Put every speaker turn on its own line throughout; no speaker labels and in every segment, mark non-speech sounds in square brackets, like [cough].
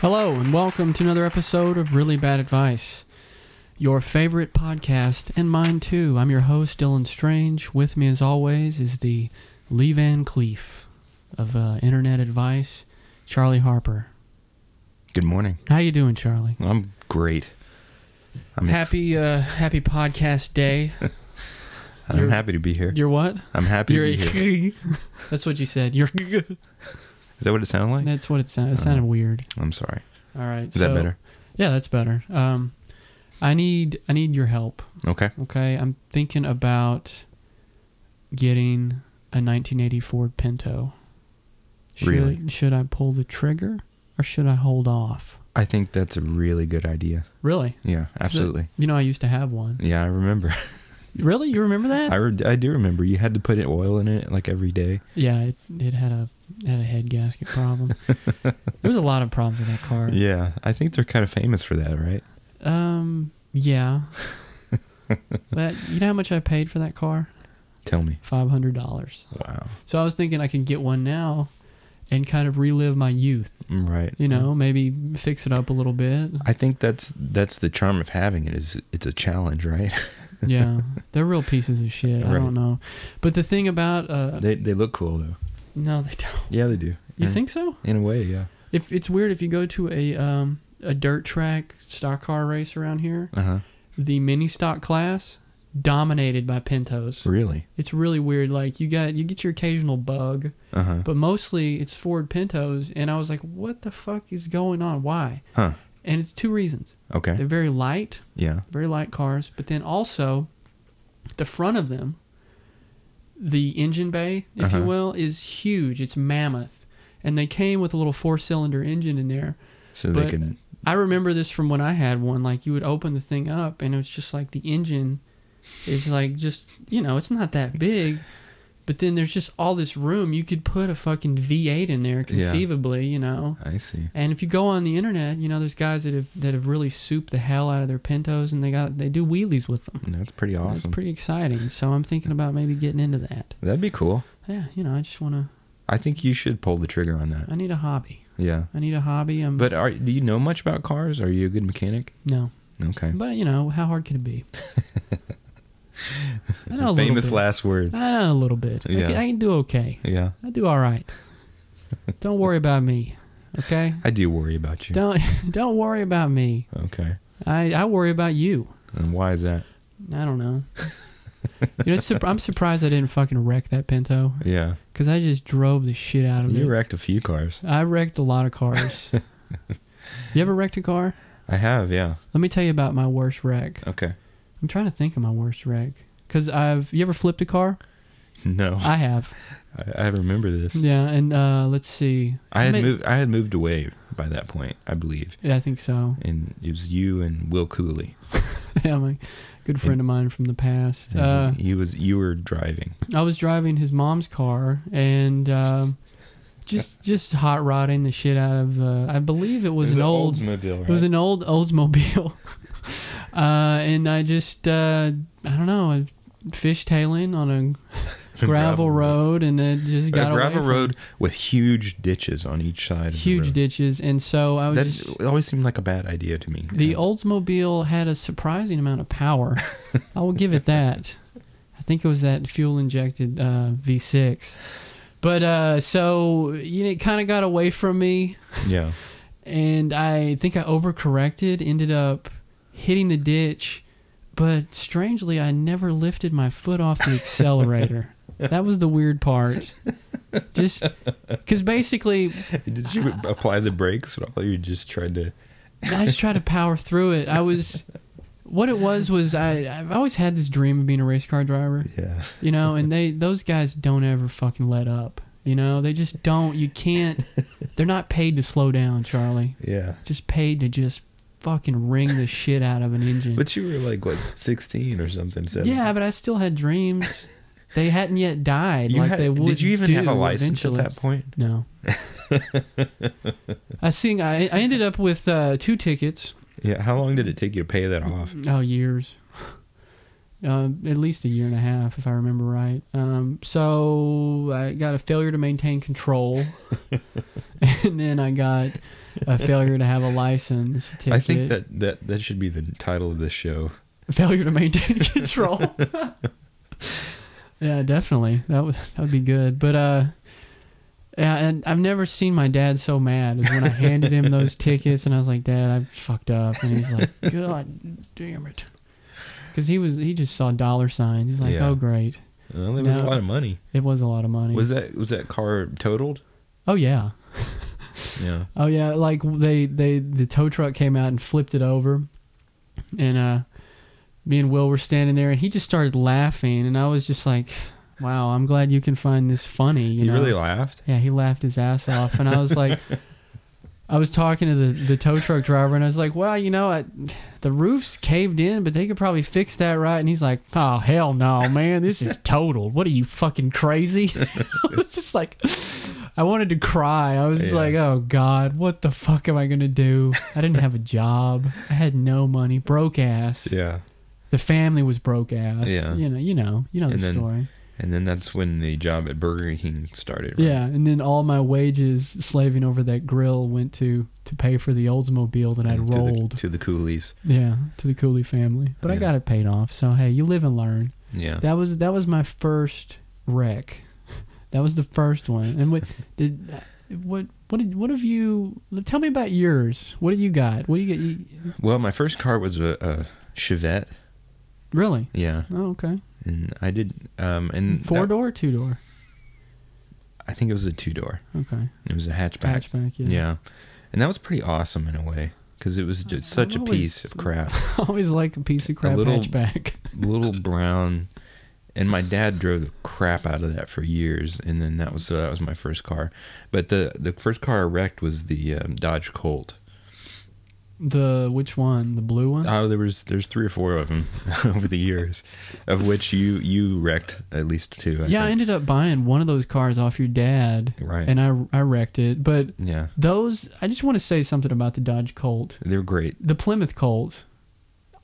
Hello, and welcome to another episode of Really Bad Advice, your favorite podcast, and mine too. I'm your host, Dylan Strange. With me, as always, is the Lee Van Cleef of uh, Internet Advice, Charlie Harper.
Good morning.
How you doing, Charlie?
I'm great. I'm ex-
Happy, uh, happy podcast day.
I'm
you're-
happy to be here.
You're what?
I'm happy
You're.
to be here. Is
[laughs] That's what you said. You're. [laughs]
that what it sounded like?
That's what it sounded. It sounded weird.
I'm sorry.
All right.
Uh-huh. Is that better?
Yeah, that's better. Um, I need I need your help.
Okay.
Okay, I'm thinking about getting a 1980 Ford Pinto. Should,
Really?
Should I pull the trigger or should I hold off?
I think that's a really good idea.
Really?
Yeah, absolutely.
You know, I used to have one.
Yeah, I remember. [laughs]
Really? You remember that?
I, re- I do remember. You had to put in oil in it like every day.
yeah, it, it had a had a head gasket [laughs] problem. there was a lot of problems with that car.
Yeah, I think they're kind of famous for that, right?
Um, [laughs] yeah. but you know how much I paid for that car?
Tell me.
Five hundred dollars.
Wow.
So I was thinking I could get one now, and kind of relive my youth.
Mm, Right.
you know, maybe fix it up a little bit.
[laughs] I think that's that's the charm of having it is it's a challenge, right? [laughs]
Yeah, they're real pieces of shit. I
Right.
don't know, but the thing about uh,
They Mm. they look cool though.
no, they don't.
Yeah, they do.
You
In-
think so?
In a way, yeah.
If it's weird, if you go to a um a dirt track stock car race around here,
Uh huh.
the mini stock class dominated by Pintos.
Really.
It's really weird. Like you got you get your occasional bug,
Uh huh.
but mostly it's Ford Pintos. And I was like, what the fuck is going on? Why?
Huh.
And it's two reasons.
Okay.
They're very light.
Yeah.
very light cars. But then also, the front of them, the engine bay, if you
Uh-huh.
will, is huge. It's mammoth, and they came with a little four-cylinder engine in there.
So
But-
they can
I remember this from when I had one. Like you would open the thing up, and it was just like the engine is like just you know it's not that big. But then there's just all this room. You could put a fucking V8 in there, conceivably, you know.
I see.
And if you go on the internet, you know there's guys that have that have really souped the hell out of their Pintos, and they got they do wheelies with them.
That's pretty
That's
awesome.
pretty exciting. So I'm thinking about maybe getting into that.
That'd be cool.
Yeah, you know, I just want to.
I think you should pull the trigger on that.
I need a hobby.
Yeah.
I need a hobby. I'm
But are do you know much about cars? Are you a good mechanic?
no,
Okay.
but you know, how hard could it
[laughs]
be? I know a
Famous
little
last words.
bit. Uh, I know a little bit. I,
Yeah.
can, I can do okay.
Yeah.
I do all
[laughs]
right. don't worry about me. Okay.
I do worry about you.
Don't [laughs] don't worry about me.
Okay.
I I worry about you.
And why is that?
I don't know. you know, it's surp- I'm surprised I didn't fucking wreck that Pinto
Yeah.
because I just drove the shit out of it.
You wrecked a few cars.
I wrecked a lot of
[laughs]
cars. you ever wrecked a car?
I have, yeah.
Let me tell you about my worst wreck.
Okay. [laughs]
I'm trying to think of my worst wreck. Cause I've you ever flipped a car?
No. I,
I have.
I remember this.
Yeah, and uh, let's see.
I had
may-
moved I had moved away by that point, I believe.
Yeah, I think so. [laughs]
And it was you and Will Cooley.
yeah, my good friend of mine from the past.
And
Uh,
he was you were driving.
I was driving his mom's car and um, just just hot rodding the shit out of. Uh, I believe it was, an old
Oldsmobile, right?
It was an old Oldsmobile, [laughs] uh, and I just uh, I don't know, I fishtailing on
[laughs]
a gravel, road, and it just
A
got away
gravel
from
road with huge ditches on each side. of
[laughs]
the
huge
road.
ditches, and so I was
That
just
it always seemed like a bad idea to me.
the
Yeah.
Oldsmobile had a surprising amount of
[laughs]
power. I will give it that. I think it was that fuel injected uh, V6, but uh, so you know, it kind of got away from me. [laughs]
yeah,
and I think I overcorrected, ended up hitting the ditch, but strangely, I never lifted my foot off the accelerator. that was the weird part. Just because basically,
did you apply the brakes at all? You just tried to.
I just tried to power through it. I was, what it was was I I've always had this dream of being a race car driver,
Yeah,
you know, and they those guys don't ever fucking let up. You know, they just don't. You can't. They're not paid to slow down, Charlie.
yeah.
just paid to just fucking wring the shit out of an engine.
But you were like what, sixteen or something? 17.
yeah, but I still had
[laughs]
dreams. they hadn't yet died.
You
like
had-
they would.
did you even have a
do
license
eventually.
at that point? [laughs]
No. I think I, I ended up with uh, two tickets.
Yeah. How long did it take you to pay that off?
Oh, years. [laughs] Uh, at least a year and a half, if I remember right. Um,
[laughs]
[laughs] so I got a failure to maintain control, and then I got a failure to have a license. Ticket,
I think that, that that should be the title of this show.
failure to maintain [laughs]
[laughs]
control. yeah, definitely. That would that would be good. But uh yeah, and I've never seen my dad so mad as when I handed him
[laughs]
those tickets and I was like, "Dad, I fucked up." And he's like, "God damn it." Cuz he was he just saw dollar signs. He's like,
Yeah.
"Oh, great."
Well, it was
No.
a lot of money.
It was a lot of money.
Was that was that car totaled?
oh yeah.
Yeah.
Oh yeah, like they they the tow truck came out and flipped it over, and uh, me and Will were standing there, and he just started laughing, and I was just like, "Wow, I'm glad you can find this funny." You
he
know?
really laughed.
Yeah, he laughed his ass off, and I was like, I was talking to the the tow truck driver, and I was like, "Well, you know, I, the roof's caved in, but they could probably fix that, right?" And he's like, "Oh hell no, man, this is totaled. What are you fucking crazy?" [laughs] I was just like, I wanted to cry. I was just
Yeah.
like, "Oh god, what the fuck am I gonna do? I didn't have a job. I had no money. Broke ass.
Yeah.
The family was broke ass.
Yeah.
You know, you know, you know
And
the
then-
story."
And then that's when the job at Burger King started. right?
Yeah, and then all my wages slaving over that grill went to to pay for the Oldsmobile that I'd
to
rolled.
the, to the coolies.
yeah, to the Cooley family. But I
Yeah. Uh-huh.
got it paid off. So hey, you live and learn.
Yeah.
That was that was my first wreck. [laughs] That was the first one. And
[laughs]
what did what what did what have you tell me about yours? What do you got? What do you get? You,
Well, my first car was a, a Chevette.
really?
Yeah.
Oh, okay.
And I did um and that-
Four door, two door.
I think it was a two door.
Okay.
It was a hatchback.
Hatchback.
Yeah.
Yeah.
And that was pretty awesome in a way because it was just
I-
such a
I've always-
piece of crap.
[laughs] Always like a piece of crap
little-
hatchback. [laughs]
Little brown. And my dad drove the crap out of that for years, and then that was so that was my first car. But the the first car I wrecked was the um, Dodge Colt.
The which one? The blue one?
Oh, there was there's three or four of them [laughs] over the years, of which you you wrecked at least two. I
yeah, I
think.
ended up buying one of those cars off your dad,
right.
and I I wrecked it. But
yeah,
those, I just want to say something about the Dodge Colt,
they're great.
the Plymouth Colt,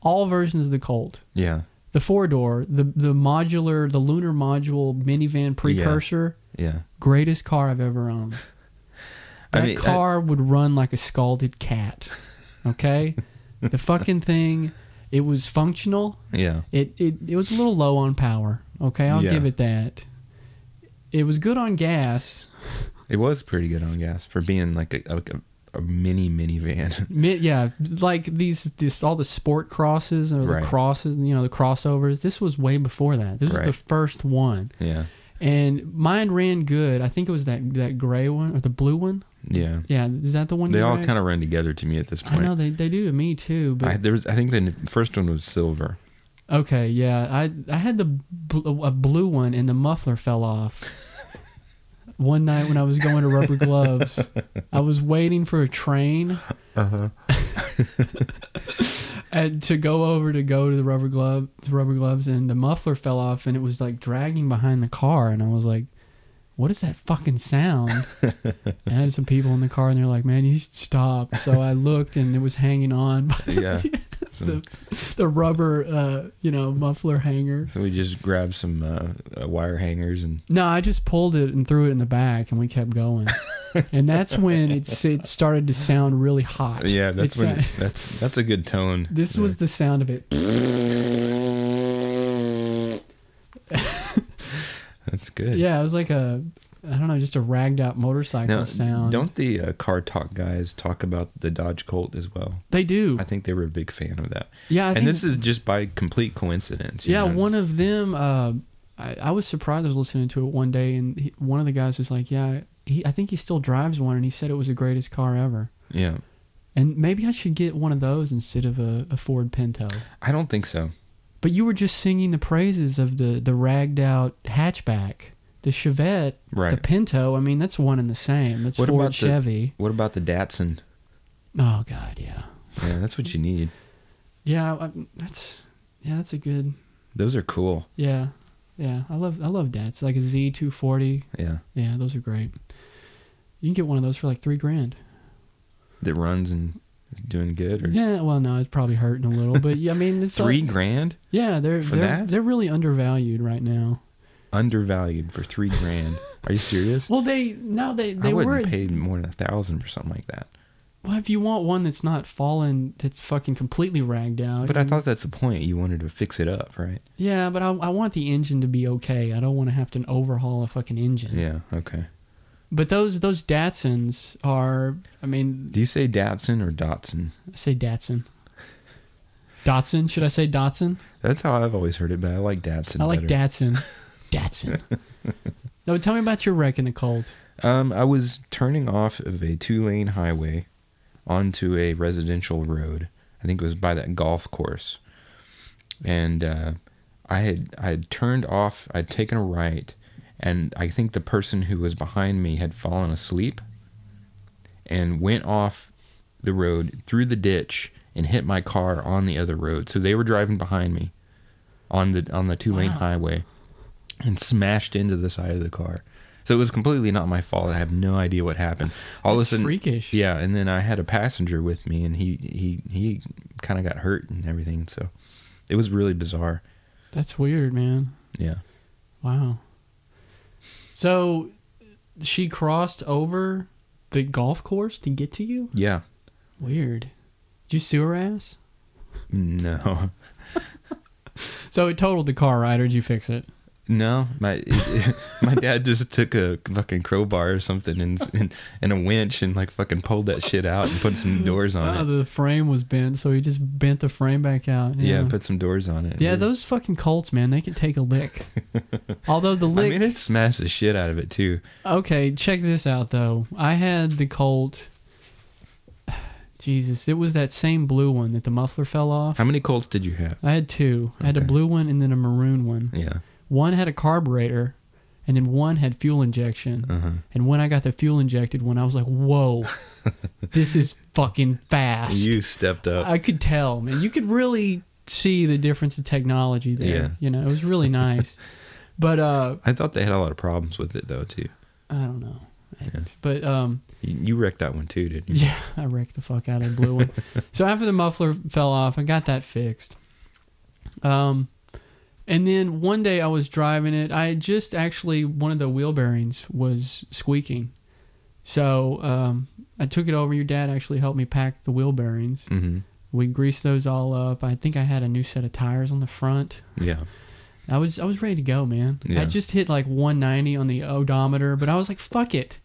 all versions of the Colt,
Yeah,
the four door, the the modular, the lunar module minivan precursor,
yeah.
greatest car I've ever owned.
I
That
mean, I-
car would run like a scalded cat. Okay, the fucking thing, it was functional.
Yeah,
It it, it was a little low on power. Okay, I'll
Yeah.
give it that. It was good on gas.
it was pretty good on gas for being like a like a, a mini minivan.
Mi- yeah, like these this all the sport crosses or the
Right.
crosses, you know, the crossovers. This was way before that. This was the
Right.
first one,
[laughs] yeah,
and mine ran good. I think it was that that gray one or the blue one.
yeah.
Yeah, is that the one?
They
you
all
wrecked?
kind of run together to me at this
I know
point.
they, they do to me too, but
I, there was I think the n- first one
[laughs]
was silver.
Okay, yeah. I I had the bl- a blue one and the muffler fell off. one night when I was going to Rubber Gloves, I was waiting for a train
Uh-huh.
[laughs] and to go over to go to the Rubber Glove to Rubber Gloves and the muffler fell off and it was like dragging behind the car and I was like what is that fucking sound? and I had some people in the car, and they're like, "Man, you should stop." So I looked, and it was hanging on by
Yeah. so,
The- the rubber, uh, you know, muffler hanger.
so we just grabbed some uh, uh, wire hangers and
No, I just pulled it and threw it in the back, and we kept going.
[laughs]
and that's when it's it started to sound really hot.
yeah. That's
It
when
sa-
it, that's that's a good tone.
[laughs] this was the sound of it.
that's good.
Yeah, it was like a I don't know, just a ragged out motorcycle
Now,
sound.
don't the uh, car talk guys talk about the Dodge Colt as well?
they do?
I think they were a big fan of that.
yeah, I
and
think,
this is just by complete coincidence. you
yeah
know?
one of them. Uh, I, I was surprised. I was listening to it one day, and he, one of the guys was like, "Yeah, he, I think he still drives one," and he said it was the greatest car ever.
Yeah,
And maybe I should get one of those instead of a, a Ford Pinto.
I don't think so.
But you were just singing the praises of the the ragged out hatchback, the Chevette, the
Right.
Pinto. I mean, that's one and the same. That's
What
Ford
about the-
Chevy.
What about the Datsun?
Oh God, yeah,
Yeah, that's what you need.
yeah. I, that's yeah, that's a good
Those are cool.
yeah, yeah. I love I love that. It's like a Z two forty.
Yeah,
Yeah, those are great. You can get one of those for like three grand.
that runs and is doing good. Or
Yeah, well, no, it's probably hurting a little, but yeah, I mean, it's
[laughs] three
Like,
grand
yeah, they're
for
they're
that?
they're really undervalued right now.
undervalued for three grand. Are you serious?
[laughs] Well, they now they
I
they
wouldn't
were
pay more than a thousand or something like that.
well, if you want one that's not fallen, that's fucking completely ragged out.
But I
you-
thought that's the point. You wanted to fix it up, right?
yeah, but I, I want the engine to be okay. I don't want to have to overhaul a fucking engine.
Yeah. Okay.
But those those Datsuns are, I mean,
Do you say Datsun or Datsun?
I say Datsun. Datsun? Should I say Datsun?
That's how I've always heard it, but I like Datsun.
I like
better. [laughs]
Datsun. Datsun. no, tell me about your wreck in the cold.
Um, I was turning off of a two-lane highway onto a residential road. I think it was by that golf course, and uh, I had I had turned off. I'd taken a right, and I think the person who was behind me had fallen asleep, and went off the road through the ditch and hit my car on the other road. So they were driving behind me on the on the two-lane
Wow.
highway, and smashed into the side of the car. So it was completely not my fault. I have no idea what happened. All
That's
of a sudden,
freakish.
yeah, and then I had a passenger with me, and he he he kind of got hurt and everything. So it was really bizarre.
That's weird, man.
Yeah,
Wow. So she crossed over the golf course to get to you?
yeah.
Weird. Did you sue her ass?
No, [laughs]
So it totaled the car, right? Or did you fix it?
no. My [laughs] my dad just took a fucking crowbar or something and, and and a winch and like fucking pulled that shit out and put some doors
[laughs] Oh,
on it.
the frame was bent, so he just bent the frame back out.
Yeah,
Yeah,
put some doors on it.
yeah, those fucking Colts, man, they can take a
[laughs]
lick. Although the
I
lick,
mean, it smashed the shit out of it too.
Okay, check this out though. I had the Colt. [sighs] Jesus, it was that same blue one that the muffler fell off.
How many Colts did you have?
I had two. I had a
Okay.
blue one and then a maroon one.
Yeah.
One had a carburetor, and then one had fuel injection.
Uh huh.
And when I got the fuel injected one, I was like,
[laughs]
"Whoa, this is fucking fast."
You stepped up.
I could tell, man. You could really see the difference in technology there.
Yeah.
You know, it was really
[laughs]
nice. but uh,
I thought they had a lot of problems with it though too.
I don't know.
Yeah.
But um,
You, you wrecked that one too, [laughs] didn't you?
Yeah, I wrecked the fuck out of the blue one. so after the muffler fell off, I got that fixed. Um, and then one day I was driving it. I had just actually one of the wheel bearings was squeaking, so um, I took it over. Your dad actually helped me pack the wheel bearings.
hmm
We greased those all up. I think I had a new set of tires on the front.
Yeah.
I was I was ready to go, man. I
Yeah.
just hit like 190 on the odometer, but I was like, fuck it.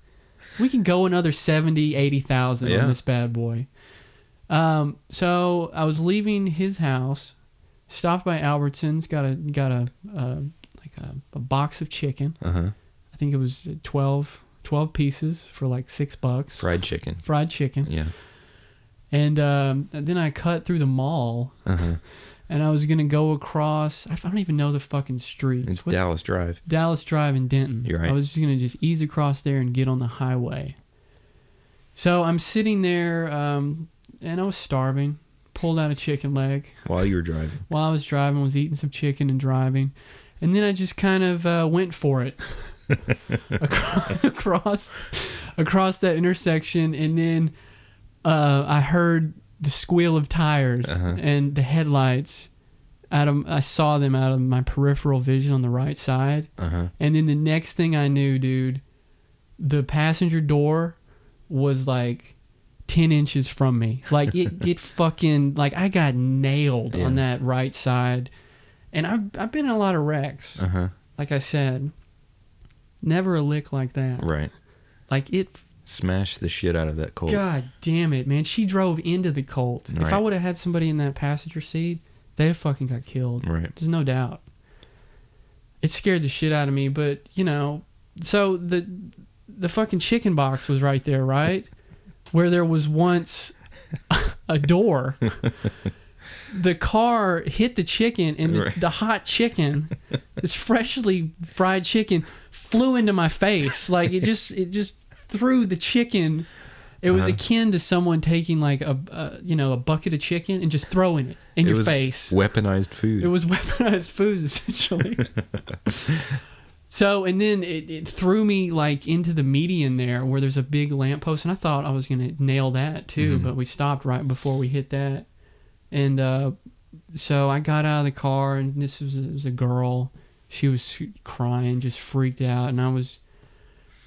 We can go another 70, 80,000
Yeah.
on this bad boy. Um, so I was leaving his house, stopped by Albertsons, got a got a uh, like a, a box of chicken.
Uh huh.
I think it was 12, 12 pieces for like 6 bucks.
Fried chicken.
Fried chicken.
Yeah.
And um, then I cut through the mall
Uh huh.
and I was going to go across I don't even know the fucking streets.
It's
What-
Dallas Drive.
Dallas Drive in Denton.
You're right.
I was just gonna just ease across there and get on the highway. So I'm sitting there, um, and I was starving. Pulled out a chicken leg
While you were driving.
while I was driving. Was eating some chicken and driving, and then I just kind of uh, went for
[laughs]
it across, [laughs] across across that intersection, and then uh, I heard the squeal of tires
Uh-huh.
and the headlights. Out of, I saw them out of my peripheral vision on the right side.
Uh huh.
And then the next thing I knew, dude, the passenger door was like 10 inches from me. Like
[laughs]
it, it fucking, like I got nailed
Yeah.
on that right side. And I've, I've been in a lot of wrecks.
Uh huh.
Like I said, never a lick like that.
Right.
Like it,
Smash the shit out of that Colt.
god damn it, man. She drove into the Colt. If I
Right.
would have had somebody in that passenger seat, they fucking got killed.
Right.
There's no doubt. It scared the shit out of me, but you know, so the the fucking chicken box was right there, right? Where there was once a
[laughs]
door. The car hit the chicken and the,
Right.
the hot chicken, this freshly fried chicken flew into my face. Like it just it just threw the chicken. It was
Uh-huh.
akin to someone taking like a, a you know, a bucket of chicken and just throwing it in
It
your
was
face.
Weaponized food.
It was [laughs] weaponized foods,
[laughs]
essentially. so, and then it, it threw me like into the median there where there's a big lamppost, and I thought I was going to nail that too,
Mhm.
but we stopped right before we hit that. And uh, so I got out of the car, and this was, it was a girl. She was crying, just freaked out, and I was.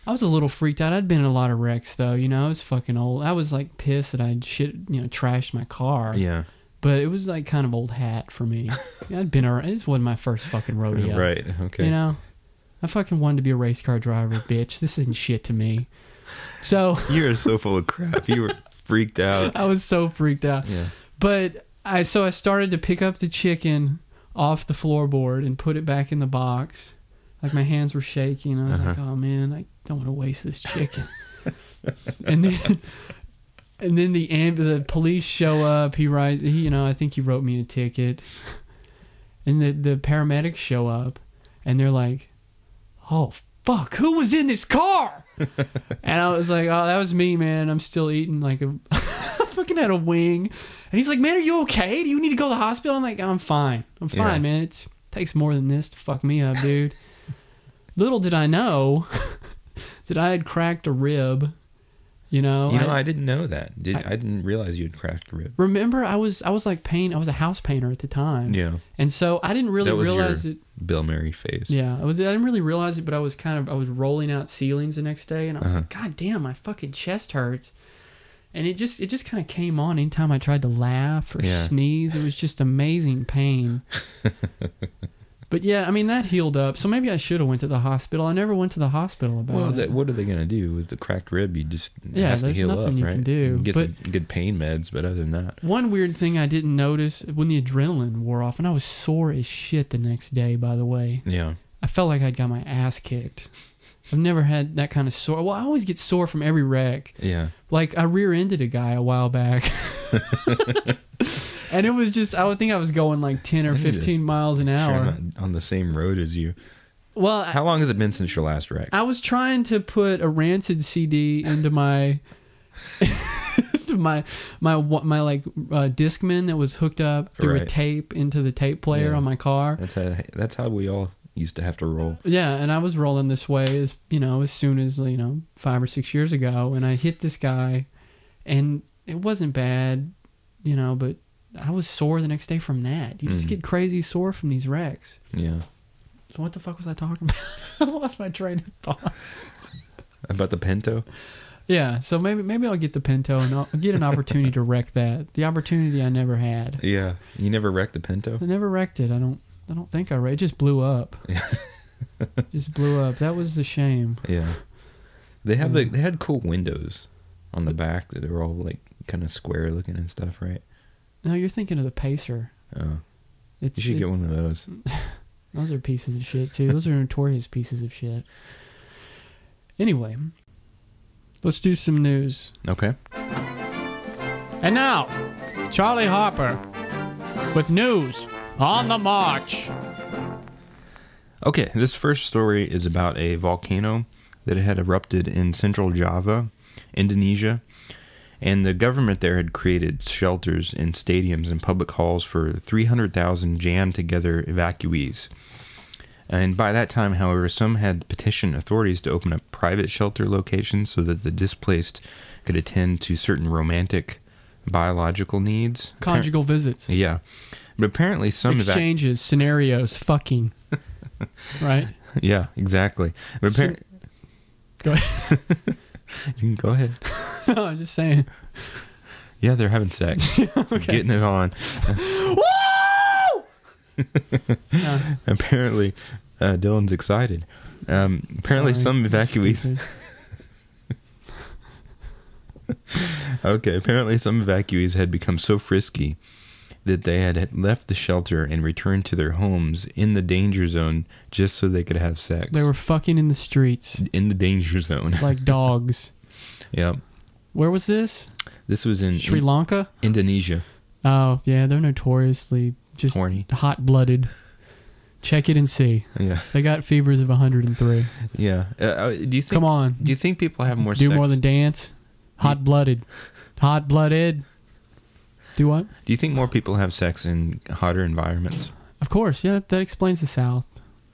I was a little freaked out. I'd been in a lot of wrecks though. You know, I was fucking old. I was like pissed that I'd shit, you know, trashed my car.
Yeah.
But it was like kind of old hat for
[laughs]
me. I'd been around. This wasn't my first fucking
Oh,
rodeo.
Right. Okay.
You know, I fucking wanted to be a race car driver, bitch. This isn't shit to me. So
You are so full of crap. [laughs] You were freaked out.
I was so freaked out.
Yeah.
But I so I started to pick up the chicken off the floorboard and put it back in the box. Like my hands were shaking. I was like,
Uh-huh.
"Oh man, I don't want to waste this chicken." and then and then the amb- the police show up. He writes, he, you know, I think he wrote me a ticket. And the the paramedics show up and they're like, "Oh fuck, who was in this car?" and I was like, "Oh, that was me, man. I'm still eating like a [laughs] I fucking had a wing." And he's like, "Man, are you okay? Do you need to go to the hospital?" I'm like, "I'm fine. I'm fine,
Yeah.
man. It's takes more than this to fuck me up, dude." Little did I know that I had cracked a rib. You know,
You
I-
know, Oh, I, didn't know that. Did
I-
I, didn't realize you had cracked a rib.
remember I was I was like paint. I was a house painter at the time.
Yeah.
And so I didn't really
That was your-
realize it.
Bill Murray phase.
Yeah, I was. I didn't really realize it, but I was kind of. I was rolling out ceilings the next day, and I was
Uh-huh.
like, "God damn, my fucking chest hurts." And it just, it just kind of came on. Anytime I tried to laugh or
Yeah.
sneeze, it was just amazing
[laughs]
pain. but yeah, I mean that healed up. So maybe I should have went to the hospital. I never went to the hospital about
Well,
it.
that, what are they gonna do with the cracked rib? You just it
uh, Yeah,
has to
there's
heal
nothing
up,
you
right?
can do,
Get some good pain meds, but other than that,
One weird thing I didn't notice when the adrenaline wore off, and I was sore as shit the next day. By the way,
yeah,
I felt like I'd got my ass kicked. I've never had that kind of sore. Well, I always get sore from every wreck.
yeah,
Like I rear-ended a guy a while back, and it was just I would think I was going like ten or
I need to
fifteen miles an
Sure, I'm
hour.
not on the same road as you.
Well, I,
How long has it been since your last wreck?
I was trying to put a rancid CD into my. [laughs] into my my wa- my like uh, discman that was hooked up through a
Right.
tape into the tape player
Yeah.
on my car
That's how that's how we all used to have to roll.
Yeah, and I was rolling this way as you know, as soon as you know, five or six years ago, and I hit this guy, and it wasn't bad, you know, but I was sore the next day from that. You just
Mhm.
get crazy sore from these wrecks.
Yeah,
So what the fuck was I talking about? [laughs] I lost my train of thought.
about the Pinto.
Yeah, so maybe maybe I'll get the Pinto and I'll get an opportunity to wreck that. The opportunity I never had.
Yeah, you never wrecked the Pinto.
I never wrecked it. I don't. I don't think I. wrecked- It just blew
[laughs]
up. just blew up. That was the shame.
Yeah, Mm. they have like
Yeah.
they had cool windows on the back that are all like kind of square looking and stuff, right?
No, you're thinking of the Pacer.
Oh,
It's
you should
it-
get one of those.
Mm. Those are pieces of shit too. Those are [laughs] notorious pieces of shit. Anyway, let's do some news.
Okay.
And now, Charlie Harper with news on the march.
Okay, this first story is about a volcano that had erupted in central Java, Indonesia, and the government there had created shelters in stadiums and public halls for 300,000 jammed together evacuees. And by that time, however, some had petitioned authorities to open up private shelter locations so that the displaced could attend to certain romantic, biological needs. Appar-
Conjugal visits,
yeah. But apparently, some eva-
exchanges, scenarios,
[laughs]
fucking. right?
Yeah, exactly. But
So-
appar-
Go ahead. [laughs]
you can [laughs] go ahead.
no, I'm just saying.
Yeah, they're
[laughs]
having sex. Getting it on.
No,
Apparently, uh, Dylan's excited. Um, apparently,
sorry.
some evacuees.
Stupid.
Okay, apparently, some evacuees had become so frisky that they had had left the shelter and returned to their homes in the danger zone just so they could have sex.
They were fucking in the streets
[laughs] in the danger
[laughs]
zone.
like dogs.
yep.
Where was this?
This was in
Sri Lanka?
Indonesia.
Oh, yeah, they're notoriously just
Horny.
hot blooded. Check it and see.
Yeah.
They got fevers of 103.
Yeah. Uh, Uh, do you think?
Come on.
Do you think people have more
Do
sex?
more than dance. Hot blooded. Hot blooded. Do what?
do you think more people have sex in hotter environments?
Of course. Yeah, that, that explains the South.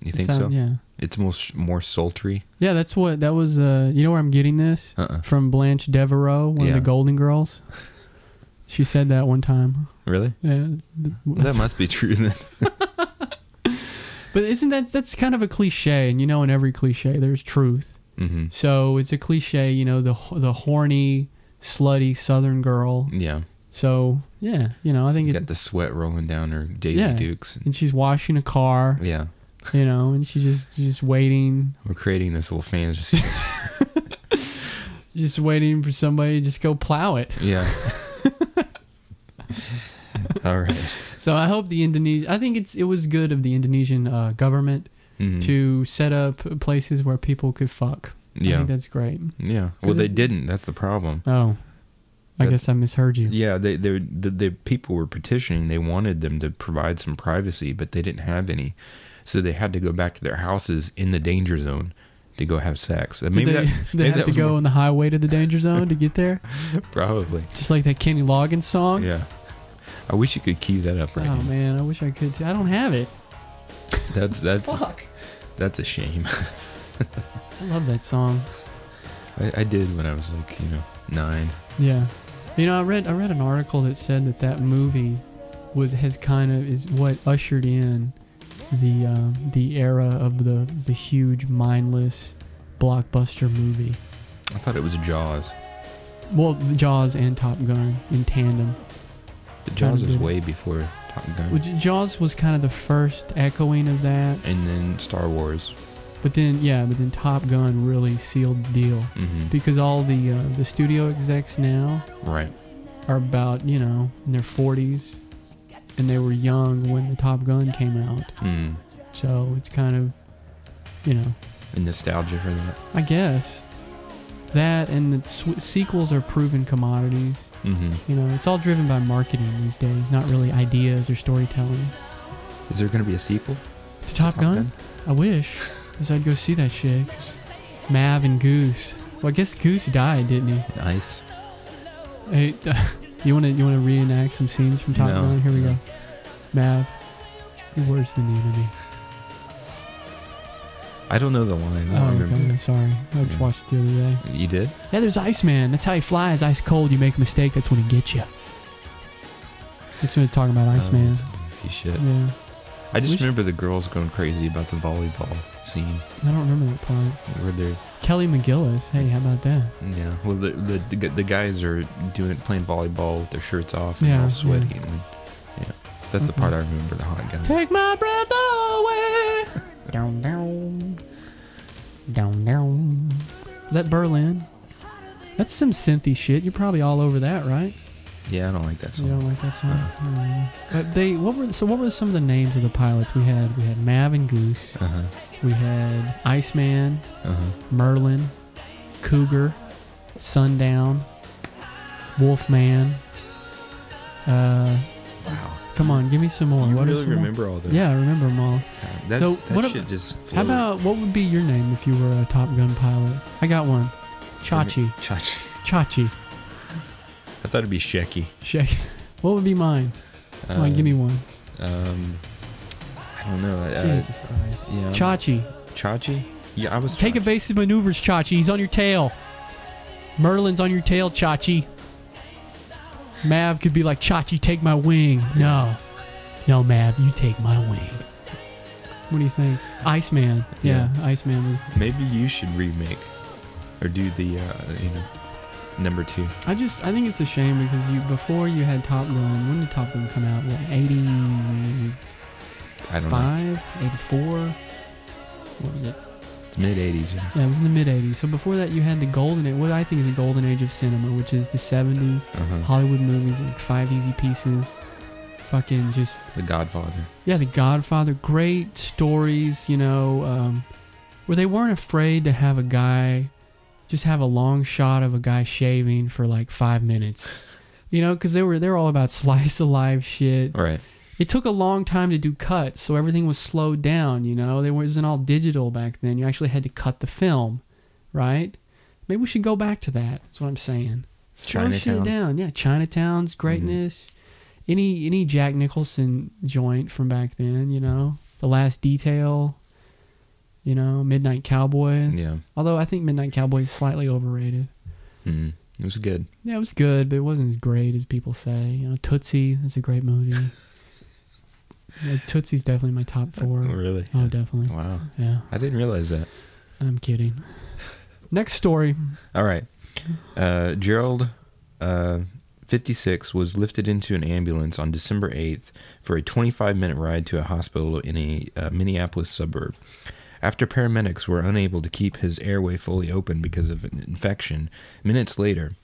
You think
South-
so?
uh, Yeah.
It's most more sultry.
Yeah, that's what that was. Uh, you know where I'm getting this
Uh. uh
from Blanche Devereaux, one of
Yeah.
the Golden Girls. She said that one time. [laughs]
Really?
Yeah.
That must be true then.
But isn't that that's kind of a cliche? And you know, in every cliche, there's truth.
hmm
So it's a cliche, you know, the the horny, slutty Southern girl.
Yeah.
So yeah, you know, I think
You
it,
got the sweat rolling down her Daisy
Yeah.
Dukes.
and she's washing a car,
Yeah.
you know, and she's just just waiting,
We're creating this little fantasy.
just waiting for somebody to just go plow it. [laughs]
yeah. All right.
So I hope the Indonesian, I think it's it was good of the Indonesian uh, government
Mhm.
to set up places where people could fuck. I
Yeah.
think that's great.
yeah.
'Cause
Well, they
it's-
didn't. That's the problem.
Oh, I
That-
guess I misheard you.
Yeah, they, they the, the people were petitioning. They wanted them to provide some privacy, but they didn't have any, so they had to go back to their houses in the danger zone to go have sex. And
Did [laughs]
maybe
they,
that
they
maybe
have
that
to
was
go
more-
on the highway to the danger zone to get
[laughs]
there, [laughs]
probably.
just like that Kenny Loggins song.
Yeah, I wish you could key that up right
oh
now.
man, I wish I could. Too. I don't have it.
That's that's
Fuck.
that's a shame.
I love that song.
I, I did when I was like you know nine.
Yeah, you know, I read I read an article that said that that movie was has kind of is what ushered in the um, the era of the the huge mindless blockbuster movie.
I thought it was Jaws.
Well, Jaws and Top Gun in tandem.
The Jaws
Kinda
was
did.
way before Top Gun,
Which Jaws was kind of the first echoing of that,
and then Star Wars.
but then yeah, but then Top Gun really sealed the deal
hmm
because all the uh, the studio execs now
Right.
are about you know in their 40s and they were young when the top gun came out
Mm.
so it's kind of you know
And nostalgia for that.
i guess that and the sw- sequels are proven commodities
hmm
you know it's all driven by marketing these days not really ideas or storytelling
Is there going to be a sequel?
to top, gun? i wish because i'd go see that shit 'cause mav and goose well i guess goose died didn't he
Nice.
Hey, [laughs] you want to you want to reenact some scenes from Top
No,
Gun? Here we
no.
go. Mav, you're worse than the enemy.
I don't know the lines. I
Oh,
don't
okay,
remember.
I'm sorry. I just
Yeah.
watched it the other day.
You did?
Yeah, there's Iceman. That's how he flies. Ice cold. You make a mistake. That's when he gets you. That's when they're talking about
Oh,
Iceman.
that's goofy shit.
yeah,
I just
We should-
remember the girls going crazy about the volleyball scene
I don't remember that part.
where they're
Kelly McGillis. Hey, how about that?
yeah. Well, the the, the, gu- the guys are doing playing volleyball with their shirts off and
Yeah, Mm-hmm.
all
yeah.
sweaty. And, yeah, that's the
Okay.
part I remember. The hot guy.
Take my breath away. down, down, down, down. Is that Berlin? That's some synthy shit. You're probably all over that, right?
Yeah, I don't like that
You
song.
don't like that song? Mm. But they what were so what were some of the names of the pilots we had? We had Mav and Goose,
Uh huh.
we had Iceman,
Uh huh.
Merlin, Cougar, Sundown, Wolfman. Uh
Wow.
come on, give me some more.
you
What are
really
some more?
remember all that?
Yeah, I remember them all.
God, That,
So,
that
what ab-
shit just. Flowed.
How about what would be your name if you were a Top Gun pilot? I got one. Chachi.
Chachi?
Chachi.
I thought it'd be Shecky.
Shake. [laughs] What would be mine? Come on, give me one.
Um, I don't know. Uh,
Jesus Christ.
yeah. I'm-
Chachi.
Chachi? Yeah, I was.
Take
Chachi.
evasive maneuvers, Chachi. He's on your tail. Merlin's on your tail, Chachi. Mav could be like, Chachi, take my wing. No. No, Mav, you take my wing. What do you think? Iceman. Yeah, Iceman was.
Maybe you should remake or do the uh, you know number two.
I just, I think it's a shame because you, before you had Top Gun, when did Top Gun come out? What, 85,
I don't know.
84? What was it?
It's mid '80s. Yeah.
Yeah, it was in the mid 80s. So before that, you had the golden age, what I think is the golden age of cinema, which is the 70s.
Uh-huh.
Hollywood movies, like Five Easy Pieces, fucking just
The Godfather.
yeah, The Godfather. Great stories, you know, um, where they weren't afraid to have a guy just have a long shot of a guy shaving for like five minutes, you know, because they were they were all about [laughs] slice of life shit.
All right.
It took a long time to do cuts, so everything was slowed down. You know, there wasn't all digital back then. You actually had to cut the film, right? Maybe we should go back to that. That's what I'm saying. Slow shit
Chinatown. Mm-hmm.
down. Yeah, Chinatown's greatness. Any any Jack Nicholson joint from back then, you know, The Last Detail, you know, Midnight Cowboy.
Yeah.
Although I think Midnight Cowboy is slightly overrated.
Mm. It was good.
Yeah, it was good, but it wasn't as great as people say. You know, Tootsie is a great movie. yeah, Tootsie's definitely my top four.
really?
Oh, definitely.
Wow.
Yeah,
I didn't realize that.
I'm kidding. Next story.
All right. Uh, Gerald, uh, 56, was lifted into an ambulance on December 8th for a 25 minute ride to a hospital in a uh, Minneapolis suburb. After paramedics were unable to keep his airway fully open because of an infection, minutes later,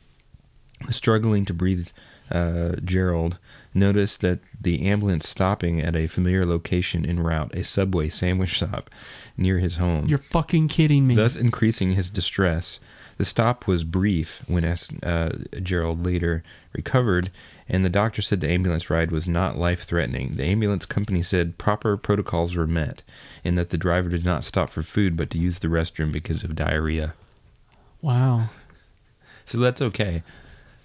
struggling to breathe, uh, Gerald noticed that the ambulance stopping at a familiar location en route, a subway sandwich shop near his home
You're fucking kidding me.
thus increasing his distress. The stop was brief when S- uh, Gerald later recovered, and the doctor said the ambulance ride was not life threatening. The ambulance company said proper protocols were met and that the driver did not stop for food but to use the restroom because of diarrhea.
wow.
So that's okay.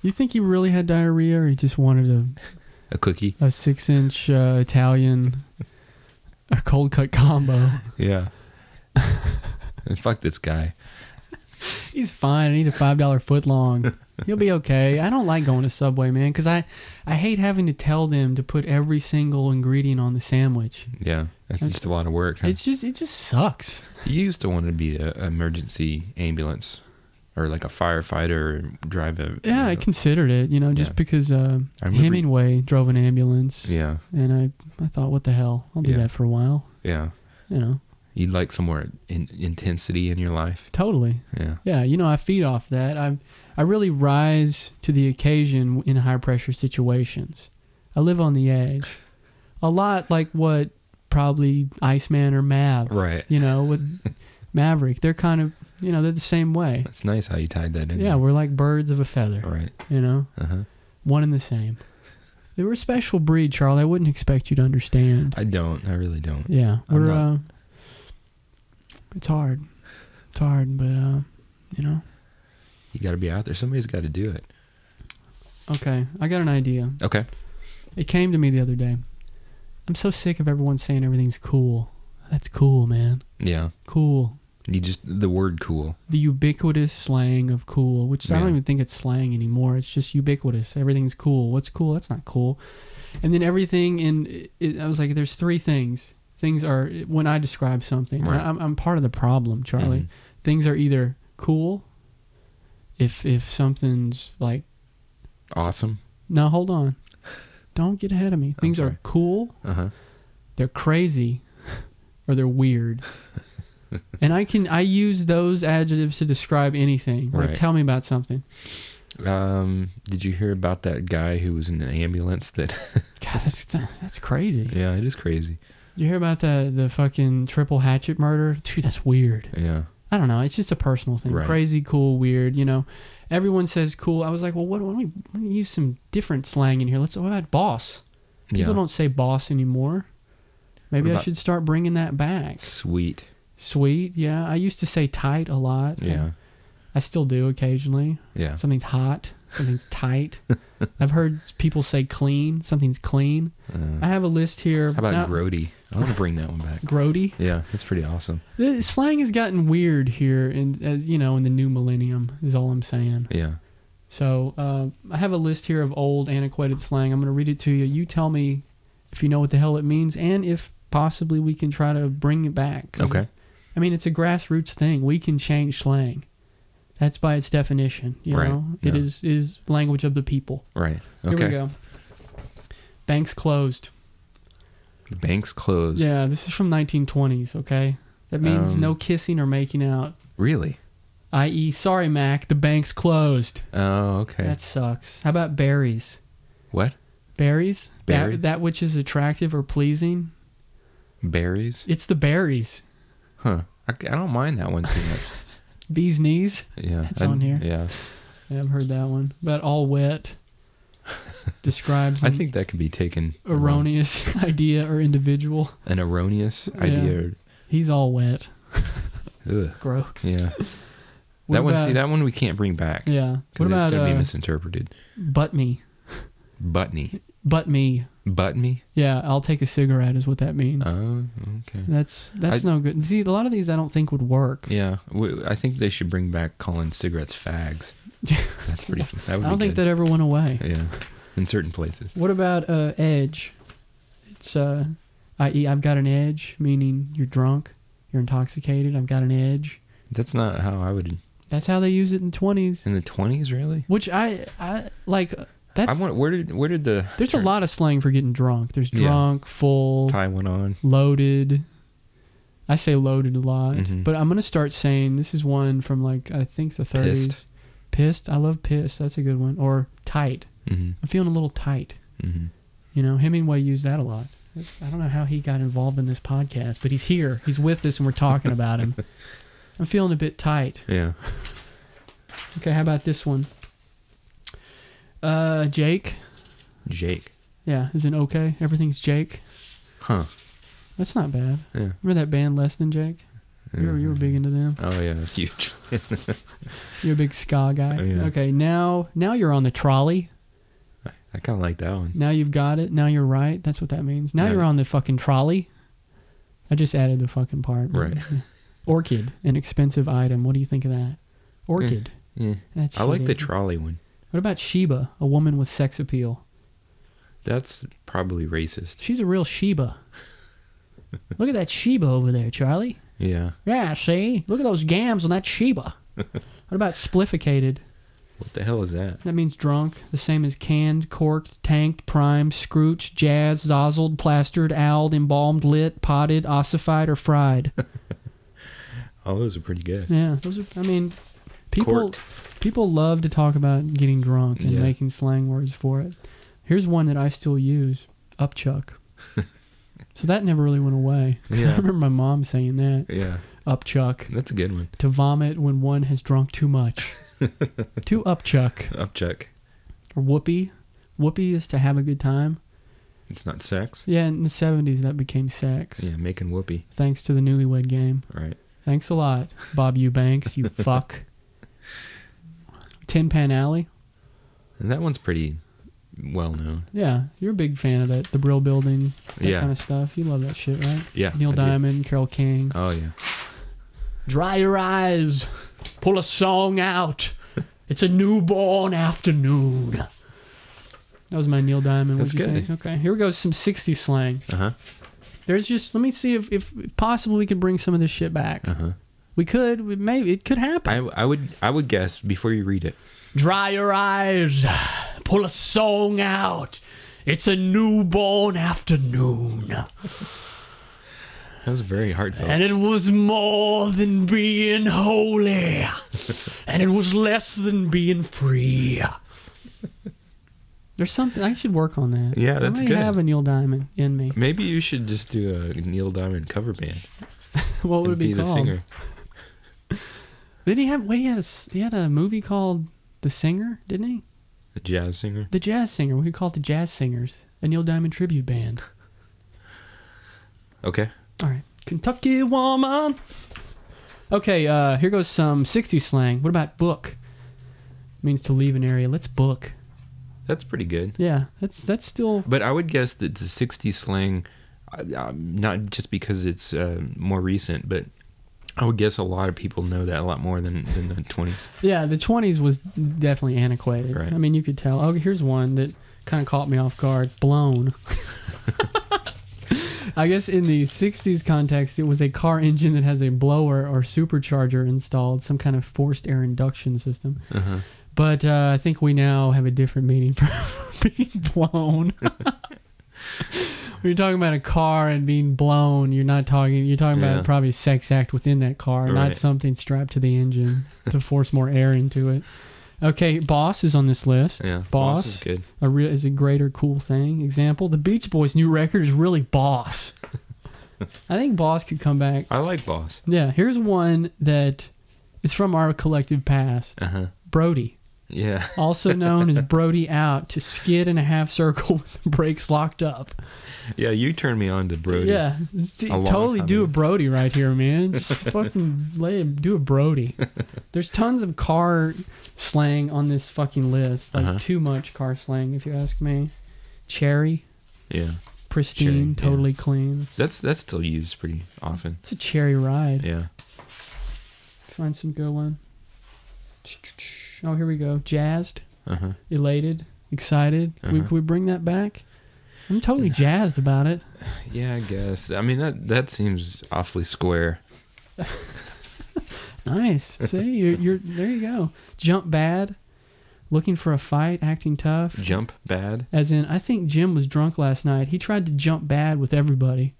You think he really had diarrhea, or he just wanted
A cookie.
a, a six-inch uh, Italian, a cold cut combo?
Yeah. and [laughs] fuck this guy.
He's fine. I need a five dollar foot long. He'll be okay. I don't like going to Subway, man, because I, I hate having to tell them to put every single ingredient on the sandwich.
Yeah. That's just a lot of work. Huh?
It's just it just sucks.
You used to want to be an emergency ambulance or like a firefighter or drive a.
Yeah, I considered it, you know, just
Yeah.
because uh,
I remember-
Hemingway drove an ambulance,
Yeah.
and I, I thought, what the hell? I'll do
Yeah.
that for a while,
Yeah.
you know.
You'd like some more in- intensity in your life.
Totally.
Yeah.
Yeah, you know, I feed off that. I I really rise to the occasion in high pressure situations. I live on the edge, a lot like what probably Iceman or Mav,
Right.
you know, [laughs] with Maverick. They're kind of, you know, they're the same way.
That's nice how you tied that in.
Yeah, we're like birds of a feather,
All right.
you know,
Uh huh.
one and the same. They were a special breed, Charlie. I wouldn't expect you to understand.
I don't. I really don't.
Yeah,
I'm
we're.
not-
Uh, it's hard. It's hard, but uh, you know.
You got to be out there. Somebody's got to do it.
Okay, I got an idea.
Okay.
It came to me the other day. I'm so sick of everyone saying everything's cool. That's cool, man.
Yeah.
Cool.
You just the word cool.
The ubiquitous slang of cool, which I don't
Yeah.
even think it's slang anymore. It's just ubiquitous. Everything's cool. What's cool? That's not cool. And then everything in it, I was like, there's three things. Things are when I describe something.
Right. Mm-hmm.
I, I'm I'm part of the problem, Charlie. Things are either cool. If if something's like
Mhm. Awesome.
no, hold on, don't get ahead of me. Things are
sorry.
cool.
Uh huh.
they're crazy [laughs] or they're
[laughs]
weird. and I can I use those adjectives to describe anything.
Right.
Like tell me about something.
Um. Did you hear about that guy who was in an ambulance? That. [laughs]
God, that's that's crazy. Did
yeah. It is crazy.
You hear about the the fucking triple hatchet murder? Dude, that's weird.
Yeah.
I don't know. It's just a personal thing.
Right.
Crazy, cool, weird. You know, everyone says cool. I was like, well, what? Why don't we, why don't we use some different slang in here? Let's. What about boss? People
yeah.
don't say boss anymore.
What
Maybe I
about-
should start bringing that back.
Sweet.
Sweet, yeah. I used to say tight a lot.
Yeah.
I still do occasionally.
Yeah.
Something's hot. Something's
[laughs]
tight. I've heard people say clean. Something's clean. I
Uh,
have a list here.
how about
Now-
Grody? I want to bring that one
[laughs]
back.
Grody?
Yeah, that's pretty awesome.
The slang has gotten weird here, in as you know, in the new millennium is all I'm saying.
Yeah.
So uh, I have a list here of old, antiquated slang. I'm going to read it to you. You tell me if you know what the hell it means, and if possibly we can try to bring it back. 'Cause
Okay.
I mean, it's a grassroots thing. We can change slang. That's by its definition. You
Right,
know, It
yeah.
is is language of the people.
Right.
Here we
Okay.
go. Banks closed.
Banks closed.
Yeah, this is from 1920s. Okay, that means
Um,
no kissing or making out.
Really?
I.e., sorry, Mac, the bank's closed.
Oh, okay.
That sucks. How about berries?
what?
Berries?
Berry?
That, that which is attractive or pleasing?
Berries?
It's the berries.
Huh. I, I don't mind that one too
[laughs]
much.
Bees knees?
Yeah.
That's
I-
on here.
Yeah.
Yeah, I've heard that one. About all
[laughs]
wet describes
I
an
think that could be taken.
erroneous [laughs] idea or individual.
An erroneous
Yeah.
idea.
He's all wet.
Ugh.
Gross.
Yeah.
What
that one,
about-
see, that one we can't bring back.
Yeah. What
Because it's
about
going to be
uh,
misinterpreted.
butt me?
Buttony.
Butt me.
Buttony?
Yeah, I'll take a cigarette is what that means.
Oh, okay.
that's that's
I-
no good. See, a lot of these I don't think would work.
Yeah. We, I think they should bring back calling cigarettes fags. That's pretty. That
[laughs]
would
I don't
be
think
good.
that ever went away.
Yeah. In certain places.
What about uh, edge? It's uh, i.e. I've got an edge, meaning you're drunk, you're intoxicated. I've got an edge.
That's not how I would.
That's how they use it in twenties.
in the twenties, really.
Which I I like. That's
I want. Where did where did the
there's a
term
lot of slang for getting drunk. There's
Yeah.
drunk, full,
tie went on?
loaded. I say loaded a lot,
Mhm.
but I'm gonna start saying this is one from like I think the 30s.
Pissed.
Pissed. I love pissed. That's a good one. Or tight.
Mm-hmm.
I'm feeling a little tight.
Mm-hmm.
You know, Hemingway used that a lot. That's- I don't know how he got involved in this podcast, but he's here. He's with us, and we're talking about him. I'm feeling a bit tight.
Yeah.
Okay, how about this one? Uh, Jake.
Jake.
Yeah, is it okay? Everything's Jake.
Huh.
That's not bad.
Yeah.
Remember that band Less Than Jake? You, were, you were big into them.
Oh yeah, [laughs] huge.
You're a big ska guy.
Oh, yeah.
Okay, now now you're on the trolley.
I kind of like that one.
Now you've got it. Now you're right. That's what that means. Now
Yeah.
you're on the fucking trolley. I just added the fucking part. [laughs]
Right.
Orchid, an expensive item. What do you think of that? Orchid.
Eh, Yeah.
That's
I like the
shitty.
trolley one.
What about Sheba, a woman with sex appeal?
That's probably racist.
She's a real
[laughs]
Sheba. Look at that Sheba over there, Charlie.
Yeah.
Yeah, see? Look at those gams on that
[laughs]
Sheba. what about splificated?
What the hell is that?
That means drunk, the same as canned, corked, tanked, primed, scrooched, jazzed, zozzled, plastered, owled, embalmed, lit, potted, ossified, or fried.
[laughs] Oh, those are pretty good.
yeah, those are, I mean, people
Corked.
people love to talk about getting drunk and
Yeah.
making slang words for it. Here's one that I still use
[laughs]
upchuck. so that never really went away. [laughs] 'Cause I
Yeah.
remember my mom saying that
Yeah,
upchuck.
that's a good one.
To vomit when one has drunk too
[laughs]
much. to upchuck.
Upchuck.
or whoopee. Whoopee is to have a good time.
It's not sex.
Yeah, in the seventies that became sex.
Yeah, making whoopee.
Thanks to the newlywed game.
All right.
Thanks a lot, Bob Eubanks,
[laughs]
you fuck. Tin Pan Alley.
And that one's pretty well known.
Yeah, you're a big fan of that. The Brill Building, that
Yeah.
kind of stuff. You love that shit, right?
Yeah.
Neil
I do.
Diamond, Carol King.
Oh yeah.
Dry your eyes. Pull a song out. It's a newborn afternoon. That was my Neil Diamond. What'd
That's
you
good.
think? Okay, here we go. Some 60s slang.
Uh huh.
There's just let me see if, if, if possible we could bring some of this shit back.
Uh huh.
We could, we, maybe it could happen.
I I would I would guess before you read it.
Dry your eyes, pull a song out. It's a newborn afternoon,
That was very heartfelt.
and it was more than being
[laughs]
holy, and it was less than being free. There's something I should work on that.
Yeah,
I
that's
might
good.
have a Neil Diamond in
[laughs]
me.
Maybe you should just do a Neil Diamond cover band.
What would
and
it be,
be the
called?
singer.
Did he have? Wait, he had a s- he had a movie called The Singer, didn't he?
The jazz singer.
The jazz singer. We could call it the jazz singers. A Neil Diamond tribute band.
Okay.
All right. Kentucky woman. Okay, uh, here goes some 60s slang. What about book? means to leave an area. Let's book.
That's pretty good.
Yeah, that's that's still
But I would guess that the 60s slang, uh, um, not just because it's uh, more recent, but I would guess a lot of people know that a lot more than, than the 20s.
yeah. The 20s was definitely antiquated.
Right.
I mean, you could tell. Oh, here's one that kind of caught me off guard. Blown. I guess in the 60s context, it was a car engine that has a blower or supercharger installed, some kind of forced air induction system.
Uh-huh.
But uh, I think we now have a different meaning for [laughs] being
[laughs]
blown. when you're talking about a car and being blown, you're not talking. You're talking
Yeah.
about probably a sex act within that car,
Right.
not something strapped to the engine to force more air into it. Okay, boss is on this list.
Yeah.
boss,
is good.
a real is a great or cool thing. Example: The Beach Boys' new record is really
[laughs]
boss. I think boss could come back.
I like Boss.
Yeah, here's one that is from our collective past.
Uh-huh.
Brody
Yeah. [laughs]
also known as Brody out, to skid in a half circle [laughs] with the brakes locked up.
Yeah, you turned me on to Brody.
Yeah, d-
long
totally
time
do a
ago.
Brody right here, man. Just fucking lay, do a Brody. There's tons of car slang on this fucking list. Like
Uh-huh.
too much car slang, if you ask me. Cherry,
Yeah. Cherry, yeah.
pristine, totally clean.
That's that's still used pretty often.
It's a cherry ride.
Yeah.
Find some good one. Oh, here we go. Jazzed.
Uh-huh.
elated, excited. Can, we,
Uh-huh.
can we bring that back? I'm totally jazzed about it.
Yeah, I guess. I mean that that seems awfully square.
Nice. See, you're, you're there. You go. Jump bad, looking for a fight, acting tough.
Jump bad.
As in, I think Jim was drunk last night. He tried to jump bad with everybody.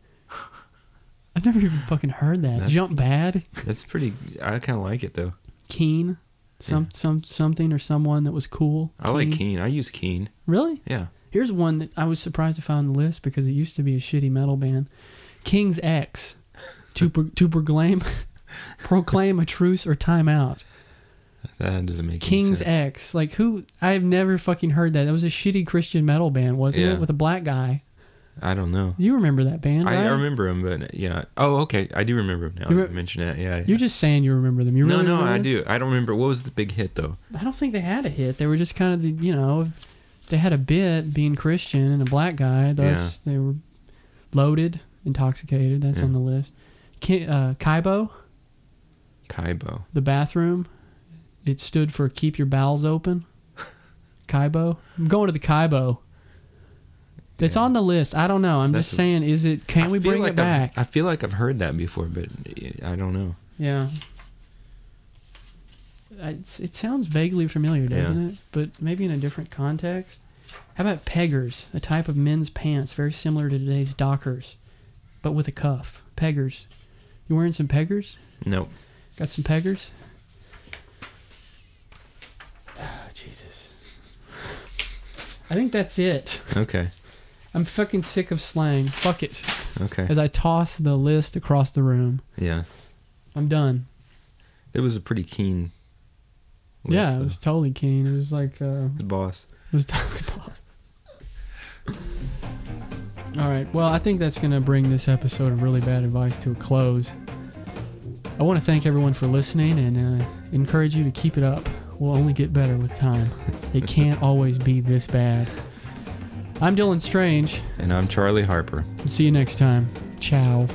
I've never even fucking heard that.
That's-
jump bad,
That's pretty. I kind of like it though.
keen, some some something or someone that was cool.
I like Keen. I use Keen.
Really?
Yeah.
Here's one that I was surprised to find on the list because it used to be a shitty metal band. King's X to pro- to proclaim [laughs] proclaim a truce or timeout.
That doesn't make
King's
any sense.
X. Like who? I've never fucking heard that. That was a shitty Christian metal band, wasn't
Yeah.
it? With a black guy.
I don't know.
You remember that band?
I,
right?
I remember him, but yeah. Oh, okay. I do remember him now.
You
You
re-
mentioned it. Yeah. yeah.
You're just saying you remember them. You
no,
really
no,
remember
I
them?
do. I don't remember. What was the big hit though?
I don't think they had a hit. They were just kind of the you know, they had a bit being Christian and a black guy. Thus, they were loaded, intoxicated. That's
Yeah.
on the list. Ki- uh, Kaibo,
Kaibo.
the bathroom. It stood for keep your bowels open. Kaibo. I'm going to the Kaibo. It's
Yeah.
on the list. I don't know. I'm
That's
just
a-
saying, is it? Can
I
we
feel
bring
like
it
I've-
back?
I feel like I've heard that before, but I don't know.
yeah. I- It's, it sounds vaguely familiar,
Yeah.
doesn't it? But maybe in a different context. How about peggers, a type of men's pants very similar to today's dockers, but with a cuff? Peggers. You wearing some peggers?
Nope.
Got some peggers? Ah, Jesus. I think that's it.
Okay.
I'm fucking sick of slang. Fuck it.
Okay.
As I toss the list across the room,
Yeah.
I'm done.
It was a pretty keen. List,
yeah,
though.
it was totally keen. It was like, uh,
the boss.
it [laughs] was totally All right. Well, I think that's going to bring this episode of Really Bad Advice to a close. I want to thank everyone for listening and uh, encourage you to keep it up. We'll only get better with time. It can't always be this bad. I'm Dylan Strange.
And I'm Charlie Harper.
See you next time. Ciao.